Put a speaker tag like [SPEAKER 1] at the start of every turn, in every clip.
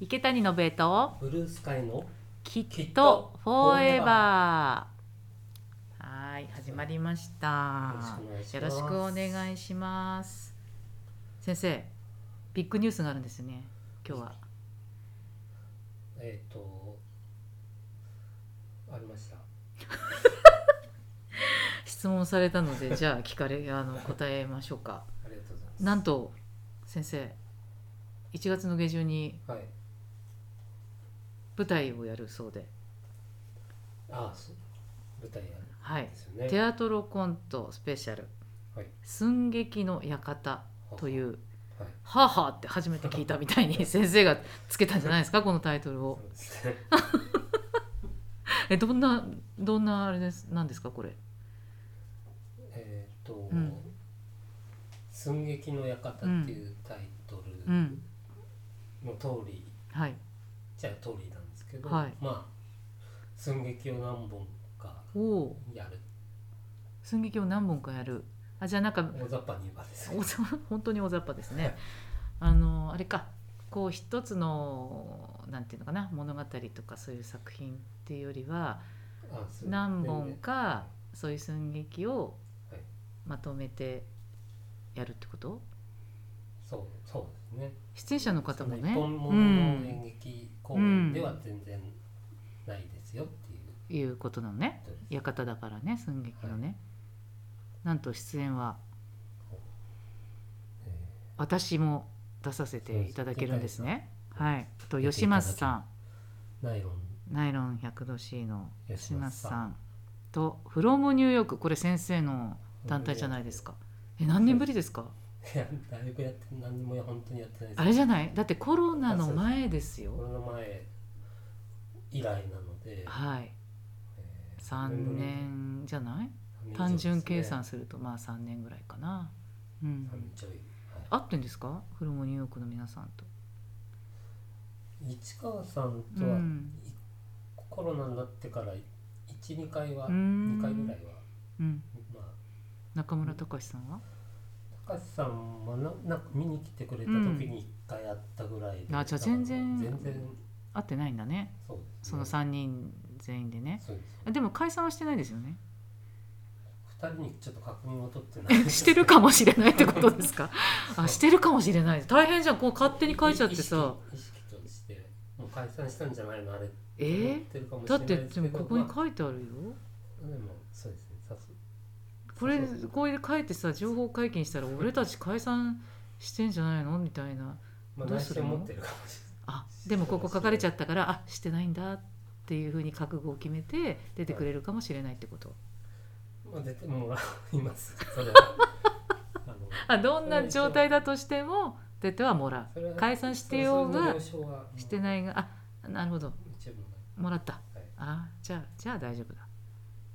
[SPEAKER 1] 池谷信江と
[SPEAKER 2] ブルースカイの
[SPEAKER 1] きっ
[SPEAKER 2] きっ
[SPEAKER 1] と
[SPEAKER 2] と
[SPEAKER 1] フォーエバーはい始まりましたよ
[SPEAKER 2] よ
[SPEAKER 1] ろ
[SPEAKER 2] ろ
[SPEAKER 1] し
[SPEAKER 2] し
[SPEAKER 1] く
[SPEAKER 2] く
[SPEAKER 1] お
[SPEAKER 2] お
[SPEAKER 1] 願
[SPEAKER 2] 願
[SPEAKER 1] いします先生ビッグニュースがあるんですよね今日は
[SPEAKER 2] えっ、とありました
[SPEAKER 1] 質問されたのでじ ゃあ聞かれあの答えましょうか
[SPEAKER 2] ありがとうございます
[SPEAKER 1] なんと先生1月の下旬に
[SPEAKER 2] はい
[SPEAKER 1] 舞台をやるそうで
[SPEAKER 2] ああそう舞台やる
[SPEAKER 1] はい
[SPEAKER 2] んですよね
[SPEAKER 1] テアトロコントスペシャル
[SPEAKER 2] はい
[SPEAKER 1] 「寸劇の館」というう
[SPEAKER 2] はい
[SPEAKER 1] 「はあはあ」って初めて聞いたみたいに 先生がつけたんじゃないですかこのタイトル
[SPEAKER 2] そ
[SPEAKER 1] を
[SPEAKER 2] うですね
[SPEAKER 1] えどんなどんなあれですなんですかこれ
[SPEAKER 2] えっと、
[SPEAKER 1] ん
[SPEAKER 2] 寸劇の館っていうタイト
[SPEAKER 1] う
[SPEAKER 2] ル
[SPEAKER 1] ん
[SPEAKER 2] の通り、
[SPEAKER 1] はい
[SPEAKER 2] じゃあ通りなんですけど、
[SPEAKER 1] はい
[SPEAKER 2] まあ寸劇を何本か
[SPEAKER 1] おお
[SPEAKER 2] やる
[SPEAKER 1] 寸劇を何本かやるあじゃあなんか
[SPEAKER 2] 大雑把に言えばですね
[SPEAKER 1] おざ 本当に大雑把です
[SPEAKER 2] は
[SPEAKER 1] ね
[SPEAKER 2] い。
[SPEAKER 1] あのあれかこう一つのなんていうのかな物語とかそういう作品っていうよりは
[SPEAKER 2] あそう
[SPEAKER 1] 何本かそういう寸劇を
[SPEAKER 2] はい
[SPEAKER 1] まとめてやるってこと
[SPEAKER 2] そうそうですね
[SPEAKER 1] 出演者の方もね
[SPEAKER 2] 一本
[SPEAKER 1] う
[SPEAKER 2] 物の演
[SPEAKER 1] ん
[SPEAKER 2] 劇公演では全然ないですよっていう
[SPEAKER 1] いうことなのね
[SPEAKER 2] ことです、
[SPEAKER 1] 館だからね寸劇のね、なんと出演は
[SPEAKER 2] え
[SPEAKER 1] 私も出させていただけるんですね。はい、と
[SPEAKER 2] 出ていただけ
[SPEAKER 1] 吉松さん
[SPEAKER 2] ーナイロン
[SPEAKER 1] ナイロン 100°C の吉
[SPEAKER 2] 吉
[SPEAKER 1] 松
[SPEAKER 2] 松
[SPEAKER 1] さ
[SPEAKER 2] さん
[SPEAKER 1] んと「フロムニューヨーク」これ先生の団体じゃないですか。え何年ぶりですか
[SPEAKER 2] いやだいぶやって何も本当にやってないです
[SPEAKER 1] あれじゃないだってコロナの前です
[SPEAKER 2] こ
[SPEAKER 1] よ。
[SPEAKER 2] の前以来なので、
[SPEAKER 1] はい
[SPEAKER 2] えー
[SPEAKER 1] 3年じゃない
[SPEAKER 2] 三年以上ですね
[SPEAKER 1] 単純計算するとまあ3年ぐらいかな。う
[SPEAKER 2] 三
[SPEAKER 1] ん
[SPEAKER 2] 年、ちょい、は
[SPEAKER 1] 合ってんですかフロムニューヨークの皆さんと。
[SPEAKER 2] い、市川さん
[SPEAKER 1] う
[SPEAKER 2] とは、
[SPEAKER 1] ん
[SPEAKER 2] コロナになってから12回は
[SPEAKER 1] うーん
[SPEAKER 2] 2回ぐらいは
[SPEAKER 1] うん、
[SPEAKER 2] まあ
[SPEAKER 1] 中村隆さんは、
[SPEAKER 2] 高橋さんもななんか見に来てくれた時に1回やったぐらいで、
[SPEAKER 1] あじゃあ全然
[SPEAKER 2] 全然
[SPEAKER 1] 合ってないんだね
[SPEAKER 2] そうですね、
[SPEAKER 1] その3人全員でね
[SPEAKER 2] そうです
[SPEAKER 1] あでも解散はしてないですよ ね
[SPEAKER 2] 二人にちょっと確認を取ってな い
[SPEAKER 1] してるかもしれないってことです かあしてるかもしれない大変じゃんこう勝手に書いちゃってさ
[SPEAKER 2] 意識意識としてもう解散したんじゃないのあれ
[SPEAKER 1] え
[SPEAKER 2] 思っ
[SPEAKER 1] ー
[SPEAKER 2] てるかもし
[SPEAKER 1] だ
[SPEAKER 2] れ
[SPEAKER 1] っ
[SPEAKER 2] ない
[SPEAKER 1] て
[SPEAKER 2] です
[SPEAKER 1] で
[SPEAKER 2] けど
[SPEAKER 1] もここに
[SPEAKER 2] ま
[SPEAKER 1] 書いてあるよ
[SPEAKER 2] あでもそうですねさす
[SPEAKER 1] これ
[SPEAKER 2] そうそうそう
[SPEAKER 1] こういう書いてさ情報解禁したら俺たち解散してんじゃないのみたいな
[SPEAKER 2] まあ
[SPEAKER 1] どう
[SPEAKER 2] 内
[SPEAKER 1] す
[SPEAKER 2] 心
[SPEAKER 1] るの
[SPEAKER 2] 思ってるかもし
[SPEAKER 1] あでもここ書かれちゃったからあしてないんだっていうふうに覚悟を決めて出てくれるかもしれないってこと
[SPEAKER 2] れないまあ出てもら いますそれはあの
[SPEAKER 1] あどんな状態だとしても出てはもら
[SPEAKER 2] それは
[SPEAKER 1] う解散してようが
[SPEAKER 2] それぞれの了承は
[SPEAKER 1] して
[SPEAKER 2] い
[SPEAKER 1] ないがあなるほど
[SPEAKER 2] 一部が
[SPEAKER 1] もらった
[SPEAKER 2] はい
[SPEAKER 1] あじゃあじゃあ大丈夫だ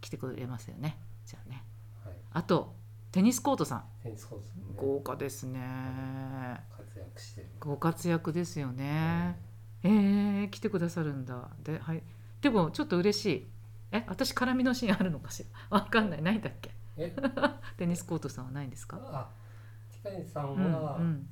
[SPEAKER 1] 来てくれますよねじゃあね
[SPEAKER 2] はい
[SPEAKER 1] あとテニスコートさん
[SPEAKER 2] テニスコースね
[SPEAKER 1] 豪華ですね
[SPEAKER 2] 活躍してる
[SPEAKER 1] ご活躍ですよ
[SPEAKER 2] は
[SPEAKER 1] ねえー、来てくださるんだではいでもちょっと嬉しいえ私絡みのシーンあるのかしら わかんないないんだっけ
[SPEAKER 2] いえ
[SPEAKER 1] テニスコートさんはないんですか
[SPEAKER 2] あ北谷さん
[SPEAKER 1] うんう
[SPEAKER 2] は、
[SPEAKER 1] ん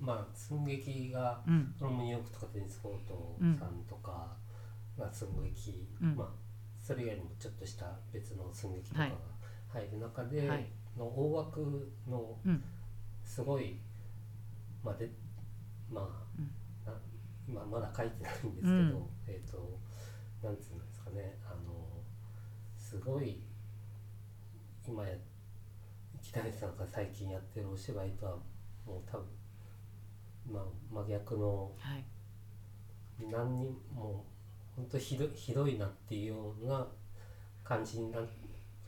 [SPEAKER 2] まあ寸劇が
[SPEAKER 1] うん
[SPEAKER 2] ロムニューヨークとかテニスコートさんとかが寸劇、
[SPEAKER 1] うん
[SPEAKER 2] まあそれよりもちょっとした別の寸劇とか
[SPEAKER 1] は
[SPEAKER 2] が
[SPEAKER 1] い
[SPEAKER 2] 入る中で
[SPEAKER 1] はい
[SPEAKER 2] の大枠の
[SPEAKER 1] うん
[SPEAKER 2] すごいまあでまあ
[SPEAKER 1] うん、
[SPEAKER 2] な今まだ書いてないんですけど、
[SPEAKER 1] うん
[SPEAKER 2] えっ、となんつうんですかねあのすごい今や北谷さんが最近やってるお芝居とはもう多分まあ真逆の
[SPEAKER 1] はい
[SPEAKER 2] 何にもう本当ひどいひどいなっていうような感じになる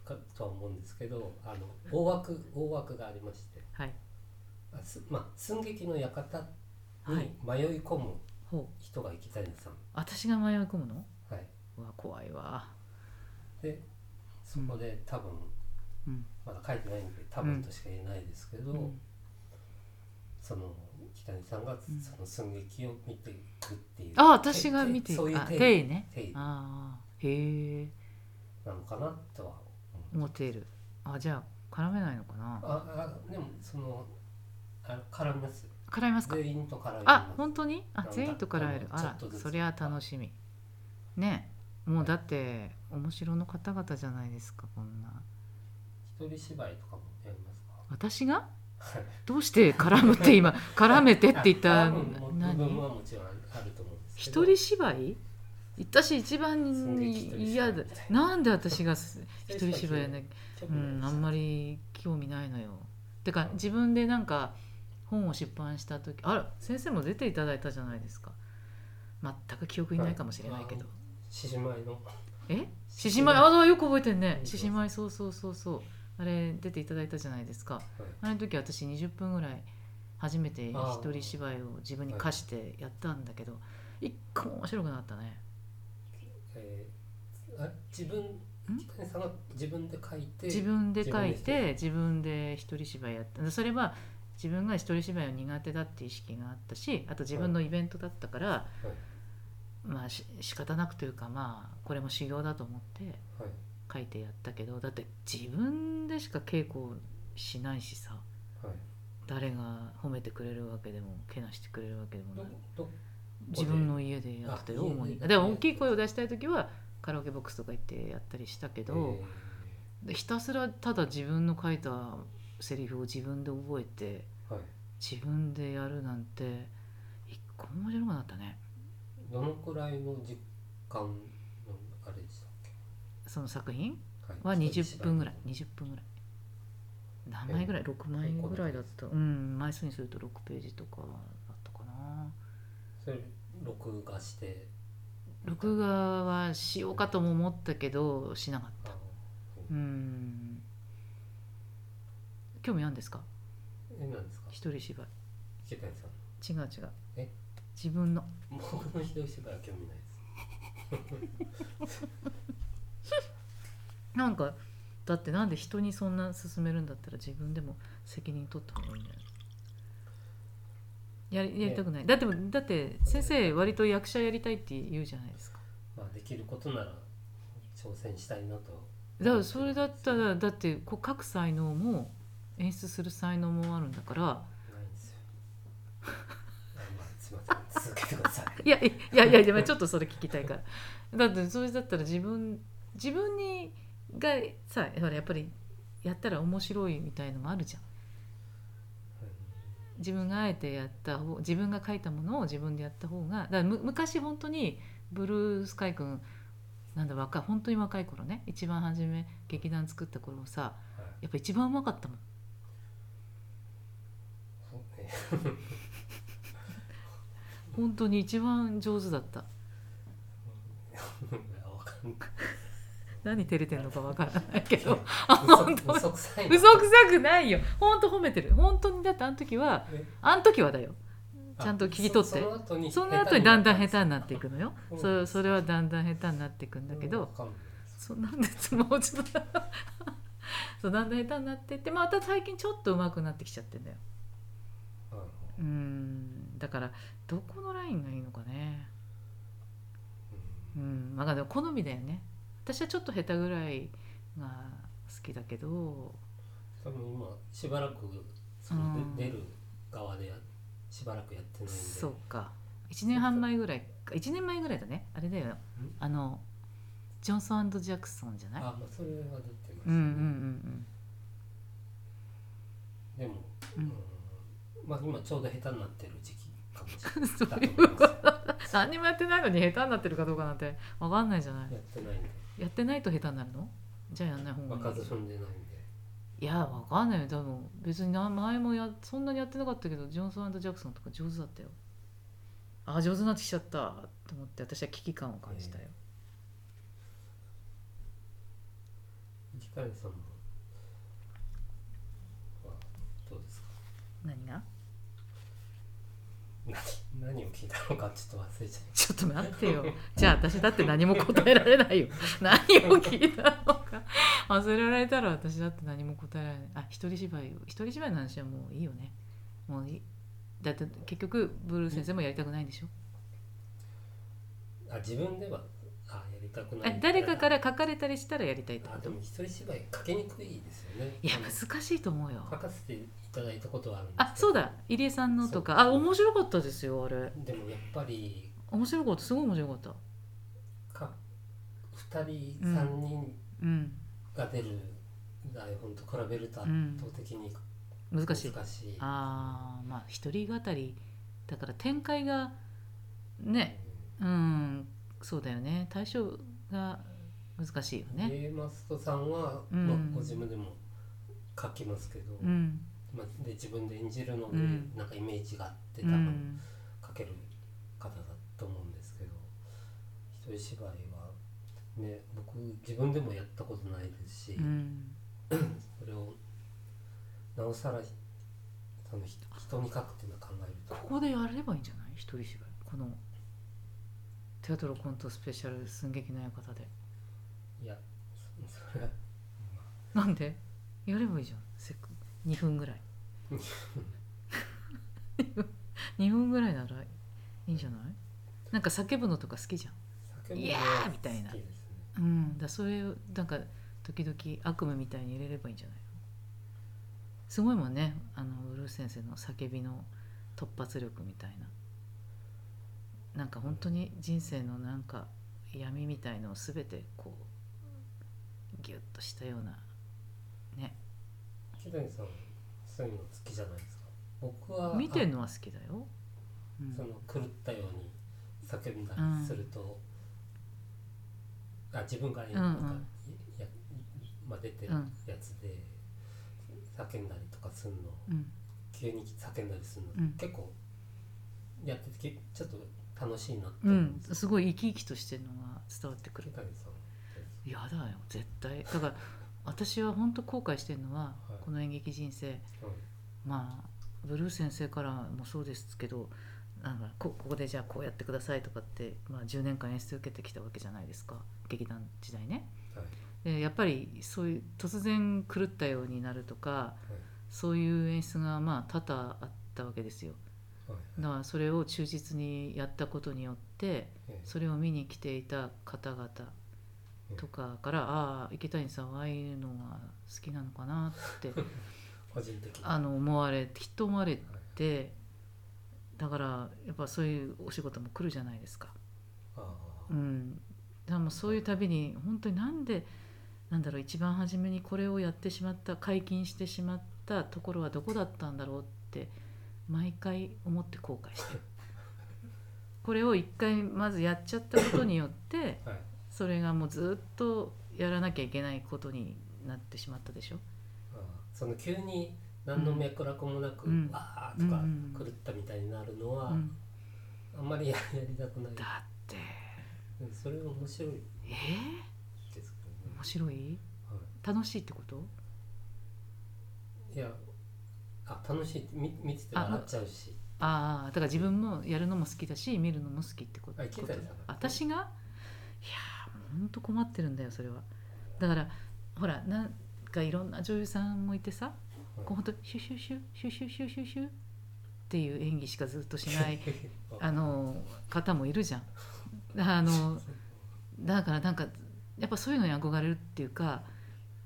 [SPEAKER 2] かとは思うんですけどあの大枠大枠がありまして
[SPEAKER 1] はい
[SPEAKER 2] あすまあ寸劇の館に
[SPEAKER 1] はい
[SPEAKER 2] 迷い込む
[SPEAKER 1] ほう
[SPEAKER 2] 人が池谷さん、
[SPEAKER 1] 私が迷い込むの
[SPEAKER 2] はい、
[SPEAKER 1] うわ怖いわ
[SPEAKER 2] でそこで多分
[SPEAKER 1] うん
[SPEAKER 2] まだ書いてないんで多分としか言えないですけど、
[SPEAKER 1] うん
[SPEAKER 2] その北谷さんが
[SPEAKER 1] うん
[SPEAKER 2] その寸劇を見ていくっていう、
[SPEAKER 1] あ私が見てい
[SPEAKER 2] そういう
[SPEAKER 1] あ
[SPEAKER 2] 定
[SPEAKER 1] 定
[SPEAKER 2] 義
[SPEAKER 1] 位ね
[SPEAKER 2] 定義な
[SPEAKER 1] ああへえ
[SPEAKER 2] のかなとは思う
[SPEAKER 1] 思っているあじゃあ絡めないのかな
[SPEAKER 2] ああでもそのあ絡みますよ
[SPEAKER 1] らいますか
[SPEAKER 2] 全員とから
[SPEAKER 1] あ本当にあ
[SPEAKER 2] なんだ
[SPEAKER 1] 全員とからえる
[SPEAKER 2] あ
[SPEAKER 1] あ
[SPEAKER 2] のちょ
[SPEAKER 1] ら
[SPEAKER 2] っとずつ
[SPEAKER 1] そりゃ楽しみねもうだって面白の方々じゃないですかこんな
[SPEAKER 2] 一人芝居とかもやりますか
[SPEAKER 1] 私が
[SPEAKER 2] はい
[SPEAKER 1] どうして絡むって今絡めてって言った
[SPEAKER 2] あ部分も部分
[SPEAKER 1] 何
[SPEAKER 2] はもちろんあるあると思うんですけど
[SPEAKER 1] 一人芝居私一番
[SPEAKER 2] すんげえ一人芝居
[SPEAKER 1] 嫌だ
[SPEAKER 2] みたいな
[SPEAKER 1] なんで私がす一
[SPEAKER 2] 一
[SPEAKER 1] 人
[SPEAKER 2] 人
[SPEAKER 1] 芝
[SPEAKER 2] 芝
[SPEAKER 1] 居
[SPEAKER 2] 居
[SPEAKER 1] やんなきゃ
[SPEAKER 2] 興
[SPEAKER 1] う
[SPEAKER 2] 味ない
[SPEAKER 1] ん、
[SPEAKER 2] です
[SPEAKER 1] あんまり興味ないのよ。てか
[SPEAKER 2] うん
[SPEAKER 1] 自分でなんか本を出版した時あら先生も出ていただいたじゃないですか全く記憶にないかもしれないけど、
[SPEAKER 2] 獅子舞の
[SPEAKER 1] え獅子舞ああよく覚えてんね
[SPEAKER 2] うん
[SPEAKER 1] 獅子舞そうそうそうそうあれ出ていただいたじゃないですかあの時私20分ぐらい初めて一人芝居を自分に課してやったんだけど一個も面白くなかったね
[SPEAKER 2] えーあ自分北谷さんが自分で書いて
[SPEAKER 1] 自分で書い
[SPEAKER 2] 自分
[SPEAKER 1] て自分で一人芝居やったそれは自分が一人芝居を苦手だって意識があったしあと自分のイベントだったから、まあし仕方なくというかまあこれも修行だと思って
[SPEAKER 2] はい
[SPEAKER 1] 書いてやったけどだって自分でしか稽古しないしさ
[SPEAKER 2] はい
[SPEAKER 1] 誰が褒めてくれるわけでもけなしてくれるわけでもない
[SPEAKER 2] どど
[SPEAKER 1] 自分の家でやってたよ
[SPEAKER 2] あ家で
[SPEAKER 1] 主に
[SPEAKER 2] 家で
[SPEAKER 1] でも大きい声を出したい時はカラオケボックスとか行ってやったりしたけど、
[SPEAKER 2] え
[SPEAKER 1] でひたすらただ自分の書いたセリフを自分で覚えて
[SPEAKER 2] ーはい
[SPEAKER 1] 自分でやるなんて一個も面白くなかったね
[SPEAKER 2] どのくらいの時間のあれでしたっ
[SPEAKER 1] その作品
[SPEAKER 2] け
[SPEAKER 1] は20分ぐらい
[SPEAKER 2] い
[SPEAKER 1] 20分ぐらい何枚ぐらい6枚ぐらいだったうん枚数にすると6ページとかだったかな
[SPEAKER 2] それ録画して
[SPEAKER 1] 録画はしようかとも思ったけどしなかっ
[SPEAKER 2] あ
[SPEAKER 1] た
[SPEAKER 2] の
[SPEAKER 1] うん興味あるんですか
[SPEAKER 2] えなんですか
[SPEAKER 1] 一人芝
[SPEAKER 2] 池谷さん
[SPEAKER 1] 居違う違う
[SPEAKER 2] え
[SPEAKER 1] 自分の
[SPEAKER 2] 僕の一人芝居は興味ないです
[SPEAKER 1] なんかだってなんで人にそんな勧めるんだったら自分でも責任取った方がいいんじゃないやりやりたくない、だってだって先生割と役者やりたいって言うじゃないですか
[SPEAKER 2] まあできることなら挑戦したいなと
[SPEAKER 1] だからそれだったらだってこう書く才能も演出する才能もあるんだから
[SPEAKER 2] ないん ですよあまあすいません続けてください
[SPEAKER 1] いやいやいやいやちょっとそれ聞きたいからだってそれだったら自分自分にがさほらやっぱりやったら面白いみたいのもあるじゃん自分があえてやった方自分が書いたものを自分でやった方がだからむ昔本当にブルースカイ君なんだ若い本当に若い頃ね一番初め劇団作った頃さ
[SPEAKER 2] はい
[SPEAKER 1] やっぱ一番うまかったもん
[SPEAKER 2] そうね
[SPEAKER 1] 本当に一番上手だった
[SPEAKER 2] わかんない
[SPEAKER 1] 何照れてんのかわからないけどあ 本当嘘
[SPEAKER 2] 嘘嘘くさいな
[SPEAKER 1] くさくないよ本当褒めてる本当にだってあの時は
[SPEAKER 2] え
[SPEAKER 1] あの時はだよ
[SPEAKER 2] あ
[SPEAKER 1] ちゃんと聞き取って
[SPEAKER 2] そその後に
[SPEAKER 1] その後にだんだん下手になってい
[SPEAKER 2] く
[SPEAKER 1] くのよ
[SPEAKER 2] うん
[SPEAKER 1] そそれはだんだん下手になっていくんだけど、そんなんでもうちょっとそうだんだん下手になってってまた最近ちょっと上手くなってきちゃってんだようーんだからどこのラインがいいのかねうんまあでも好みだよね私はちょっと下手ぐらいが好きだけど
[SPEAKER 2] 多分今しばらくその
[SPEAKER 1] うん
[SPEAKER 2] で出る側でやしばらくやってないんで
[SPEAKER 1] そうか1年半前ぐらいか1年前ぐらいだねあれだよあのジョンソンジャクソンじゃない
[SPEAKER 2] あまあそれは出てます
[SPEAKER 1] う
[SPEAKER 2] ね
[SPEAKER 1] んうんうん
[SPEAKER 2] でも
[SPEAKER 1] うんうん
[SPEAKER 2] うんまあ今ちょうど下手になってる時期かもしれない
[SPEAKER 1] そう
[SPEAKER 2] だ
[SPEAKER 1] い
[SPEAKER 2] と
[SPEAKER 1] う
[SPEAKER 2] 思い
[SPEAKER 1] こと
[SPEAKER 2] ますよ
[SPEAKER 1] 何にもやってないのに下手になってるかどうかなんて分かんないじゃない
[SPEAKER 2] やってないんで
[SPEAKER 1] やってないと下手になるのじゃあやんない方
[SPEAKER 2] 場
[SPEAKER 1] がいい
[SPEAKER 2] 数踏んでないんで
[SPEAKER 1] いやわかんないよ多分別に名前もやそんなにやってなかったけどジョンソンジャクソンとか上手だったよあ上手になってきちゃったと思って私は危機感を感じたよ、
[SPEAKER 2] 池谷さんもはどうですか
[SPEAKER 1] 何が
[SPEAKER 2] 何何を聞いたのかちょっと忘れちゃい
[SPEAKER 1] ちょっと待ってよじゃあ私だって何も答えられないよ何を聞いたのか忘れられたら私だって何も答えられないあ一人芝居を一人芝居の話はもういいよねもういいだって結局ブルー先生もやりたくないんでしょ
[SPEAKER 2] あ自分ではあやりたくない
[SPEAKER 1] あ誰かから書かれたりしたらやりたいってこ
[SPEAKER 2] あで
[SPEAKER 1] と
[SPEAKER 2] も一人芝居かけにくいですよね
[SPEAKER 1] いや
[SPEAKER 2] あの
[SPEAKER 1] 難しいと思うよ
[SPEAKER 2] 書かせていただいたことはあるんですけど
[SPEAKER 1] あそうだ入江さんのとかあ面白かったですよあれ
[SPEAKER 2] でもやっぱり
[SPEAKER 1] 面白かったすごい面白かった
[SPEAKER 2] か2人
[SPEAKER 1] うん
[SPEAKER 2] 3人
[SPEAKER 1] うん
[SPEAKER 2] が出る台本と比べると
[SPEAKER 1] う
[SPEAKER 2] 圧
[SPEAKER 1] ん
[SPEAKER 2] 倒的に
[SPEAKER 1] 難
[SPEAKER 2] 難
[SPEAKER 1] し
[SPEAKER 2] し
[SPEAKER 1] い
[SPEAKER 2] い、
[SPEAKER 1] あーまあ一人語りだから展開が
[SPEAKER 2] うん
[SPEAKER 1] ねうんそうだよね対象が難しいよね
[SPEAKER 2] A マストさんは、
[SPEAKER 1] うん
[SPEAKER 2] まあ、ご自分でも書きますけど、
[SPEAKER 1] うん
[SPEAKER 2] まあ、で自分で演じるので、
[SPEAKER 1] うん
[SPEAKER 2] なんかイメージがあって
[SPEAKER 1] う
[SPEAKER 2] 多分
[SPEAKER 1] ん
[SPEAKER 2] 書ける方だと思うんですけど、一人芝居は、ね、僕自分でもやったことないですし、
[SPEAKER 1] うん
[SPEAKER 2] それをなおさらその人人に書くっていうのを考えると
[SPEAKER 1] ここでやればいいんじゃない一人芝居このテアトロコントスペシャル寸劇の館で
[SPEAKER 2] いやそそれは
[SPEAKER 1] なんでやればいいじゃんせっか2分ぐ らい2分ぐらいならいいんじゃないなんか叫ぶのとか好きじゃん
[SPEAKER 2] 叫ぶの
[SPEAKER 1] いや
[SPEAKER 2] は
[SPEAKER 1] ーみたいな
[SPEAKER 2] 好きですね
[SPEAKER 1] うんだそれをなんか時々悪夢みたいに入れればいいんじゃないすごいもんねあのウルー先生の叫びの突発力みたいななんか本当に人生のなんか闇みたいのを全てこうギュッとしたようなね
[SPEAKER 2] 木谷さんそういうの好きじゃないですか僕は
[SPEAKER 1] 見てんのは好きだよ、う
[SPEAKER 2] あ
[SPEAKER 1] ん
[SPEAKER 2] その狂ったように叫んだ
[SPEAKER 1] うん
[SPEAKER 2] りすると、あ自分からなんか、
[SPEAKER 1] うんうん
[SPEAKER 2] やまあ、出てる
[SPEAKER 1] うん
[SPEAKER 2] やつで叫んだりとかするの
[SPEAKER 1] うん
[SPEAKER 2] 急に叫んだりするの、
[SPEAKER 1] うん
[SPEAKER 2] 結構やっててけちょっと楽しいなって
[SPEAKER 1] う
[SPEAKER 2] 思うん
[SPEAKER 1] ん
[SPEAKER 2] ですよ、
[SPEAKER 1] すごい生き生きとしてるのが伝わってくる
[SPEAKER 2] 木谷さん
[SPEAKER 1] やだよ絶対だから私は本当後悔してるのは、
[SPEAKER 2] はい
[SPEAKER 1] この演劇人生
[SPEAKER 2] う
[SPEAKER 1] まあブルー先生からもそうですけどなんかこここでじゃあこうやってくださいとかって、まあ、10年間演出受けてきたわけじゃないですか劇団時代ね。
[SPEAKER 2] んはい
[SPEAKER 1] でやっぱりそういう突然狂ったようになるとかそういう演出がまあ多々あったわけですよ。
[SPEAKER 2] はい
[SPEAKER 1] だからそれを忠実にやったことによって
[SPEAKER 2] ええ
[SPEAKER 1] それを見に来ていた方々とかから「ああ池谷さんはああいうのが好きなのかな」って
[SPEAKER 2] 個人的に
[SPEAKER 1] あの思われきっと思われ
[SPEAKER 2] はい
[SPEAKER 1] てだからやっぱそういうお仕事も来るじゃないですか。
[SPEAKER 2] ああ
[SPEAKER 1] うん、だからもうそういうたびに本当になんでなんだろう一番初めにこれをやってしまった解禁してしまったところはどこだったんだろうって毎回思って後悔してるこれを一回まずやっちゃったことによって
[SPEAKER 2] はい
[SPEAKER 1] それがもうずっとやらなきゃいけないことになってしまったでしょ。
[SPEAKER 2] ああその急に何の脈絡もなく、
[SPEAKER 1] うん
[SPEAKER 2] わーとか
[SPEAKER 1] うん
[SPEAKER 2] 狂ったみたいになるのは、
[SPEAKER 1] うん、
[SPEAKER 2] あんまりややりたくない
[SPEAKER 1] だって
[SPEAKER 2] うんそれが面白い
[SPEAKER 1] え
[SPEAKER 2] ですけ
[SPEAKER 1] ー
[SPEAKER 2] どね
[SPEAKER 1] 面、白い
[SPEAKER 2] は
[SPEAKER 1] 楽しいってこと
[SPEAKER 2] い、いやあ楽しいってみ見てて笑っちゃうし
[SPEAKER 1] ああだから自分もやるのも好きだし見るのも好きってこと
[SPEAKER 2] あ池谷さんが
[SPEAKER 1] 私がいやーほんと困ってるんだよそれはだからほらなんかいろんな女優さんもいてさ、
[SPEAKER 2] うん
[SPEAKER 1] こうほんとシュシュシュシュシュシュシュシュっていう演技しかずっとし ないあの方もいるじゃん。あのだからなんかやっぱそういうのに憧れるっていうか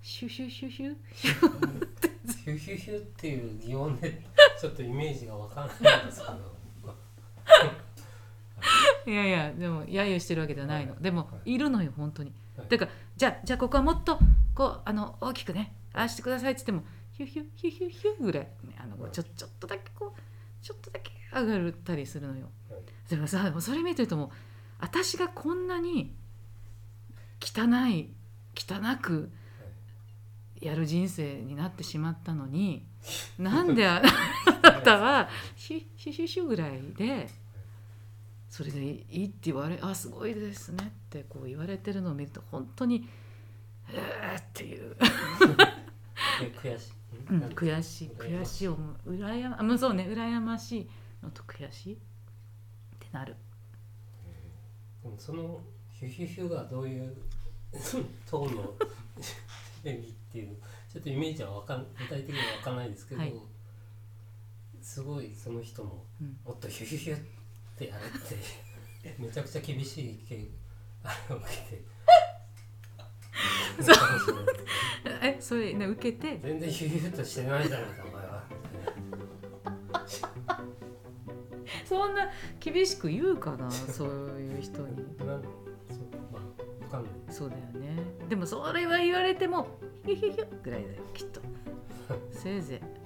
[SPEAKER 1] シュシュシュシュ
[SPEAKER 2] ヒュヒュヒュっていう擬音でちょっとイメージがわからないんですけど
[SPEAKER 1] いやいやでも揶揄してるわけじゃないの、
[SPEAKER 2] はい
[SPEAKER 1] でも、、
[SPEAKER 2] はい
[SPEAKER 1] るのよ本当に、
[SPEAKER 2] は い
[SPEAKER 1] だからじゃあじゃあここはもっとこうあの大きくねああしてくださいっつってもヒュヒュヒュヒュヒュぐらい、ね、あのこう
[SPEAKER 2] はい
[SPEAKER 1] ちょちょっとだけこうちょっとだけ上がったりするのよ、
[SPEAKER 2] はい
[SPEAKER 1] でもさでもそれ見てるともう私がこんなに汚い汚くやる人生になってしまったのになんでああなたはシュシュシュシュぐらいでそれでいいって言われ「あすごいですね」ってこう言われてるのを見ると本当に「えー」っていう、
[SPEAKER 2] で悔しい、
[SPEAKER 1] うん、
[SPEAKER 2] なんか
[SPEAKER 1] 悔しい悔しい思う羨まあもうそうね羨ましいのと悔しいってなる
[SPEAKER 2] でもそのヒュヒュヒュがどういう トーンの演技っていうちょっとイメージはわかん具体的にはわかんないですけど、
[SPEAKER 1] はい
[SPEAKER 2] すごいその人も
[SPEAKER 1] うん
[SPEAKER 2] もっとヒュヒュヒュってやれってめちゃくちゃ厳しいけあれを受けて
[SPEAKER 1] そうえそれね受けて
[SPEAKER 2] 全然ヒューヒューとしてないじゃないかお前は
[SPEAKER 1] そんな厳しく言うかなそういう人に
[SPEAKER 2] なんそうまあわかんない
[SPEAKER 1] そうだよねでもそれは言われてもヒュヒュヒュぐらいだよきっ とせいぜい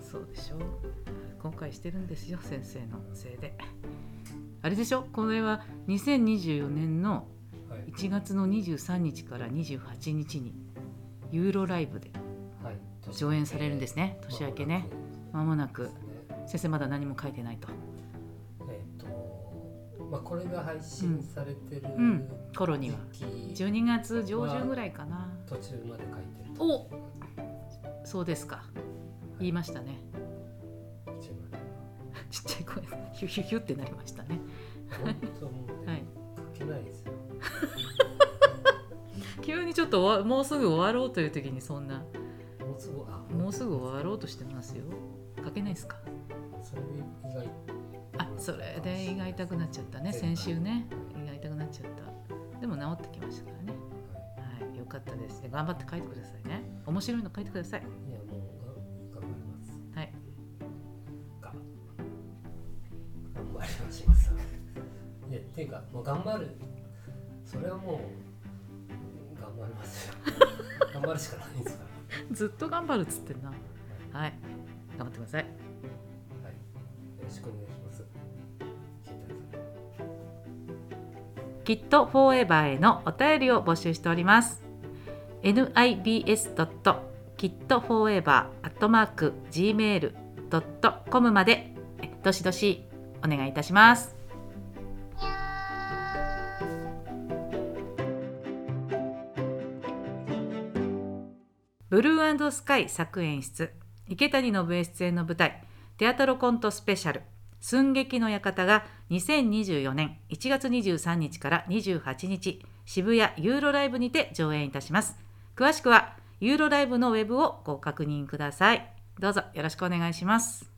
[SPEAKER 1] そうでしょ今回してるんですよ先生のせいであれでしょこれは2024年の
[SPEAKER 2] はい
[SPEAKER 1] 1月の23日から28日にユーロライブで
[SPEAKER 2] はい
[SPEAKER 1] 上演されるんですね年明けねまもなく
[SPEAKER 2] そうですね
[SPEAKER 1] 先生まだ何も書いてないと
[SPEAKER 2] えっ、とまあこれが配信されてる
[SPEAKER 1] うん頃に
[SPEAKER 2] 時
[SPEAKER 1] は
[SPEAKER 2] 期、
[SPEAKER 1] 12月上旬ぐらいかな
[SPEAKER 2] 途中まで書いてると
[SPEAKER 1] おそうですか言いましたね
[SPEAKER 2] 途中まで
[SPEAKER 1] ちっちゃい声でヒュヒュヒュってなりましたね
[SPEAKER 2] 本当もう、
[SPEAKER 1] はい
[SPEAKER 2] 書けないですよ
[SPEAKER 1] 急にちょっと終わもうすぐ終わろうという時にそんな
[SPEAKER 2] もうすぐあ
[SPEAKER 1] もうすぐ終わろうとしてますよ書けないですか
[SPEAKER 2] それで意外
[SPEAKER 1] あそれで胃が痛くなっちゃったね先週ね胃が痛くなっちゃったでも治ってきましたからね
[SPEAKER 2] は
[SPEAKER 1] はいよかったですね頑張って書いてくださいね面白いの書いてください
[SPEAKER 2] いいやもうが頑張ります
[SPEAKER 1] はい
[SPEAKER 2] が頑張り ますますいやっていうかもう頑張るそれはもう頑張り ますよ頑張るしかないですか
[SPEAKER 1] ずっと頑張るっつってんなはい頑張ってください
[SPEAKER 2] らはいよろしくお願いします聞いてください
[SPEAKER 1] きっとフォーエバーへのお便りを募集しております nibs. きっとフォーエバー gmail.com までえどしどしお願いいたしますブルースカイ作演出池谷信江出演の舞台テアトロコントスペシャル「寸劇の館」が2024年1月23日から28日渋谷ユーロライブにて上演いたします詳しくはユーロライブのウェブをご確認くださいどうぞよろしくお願いします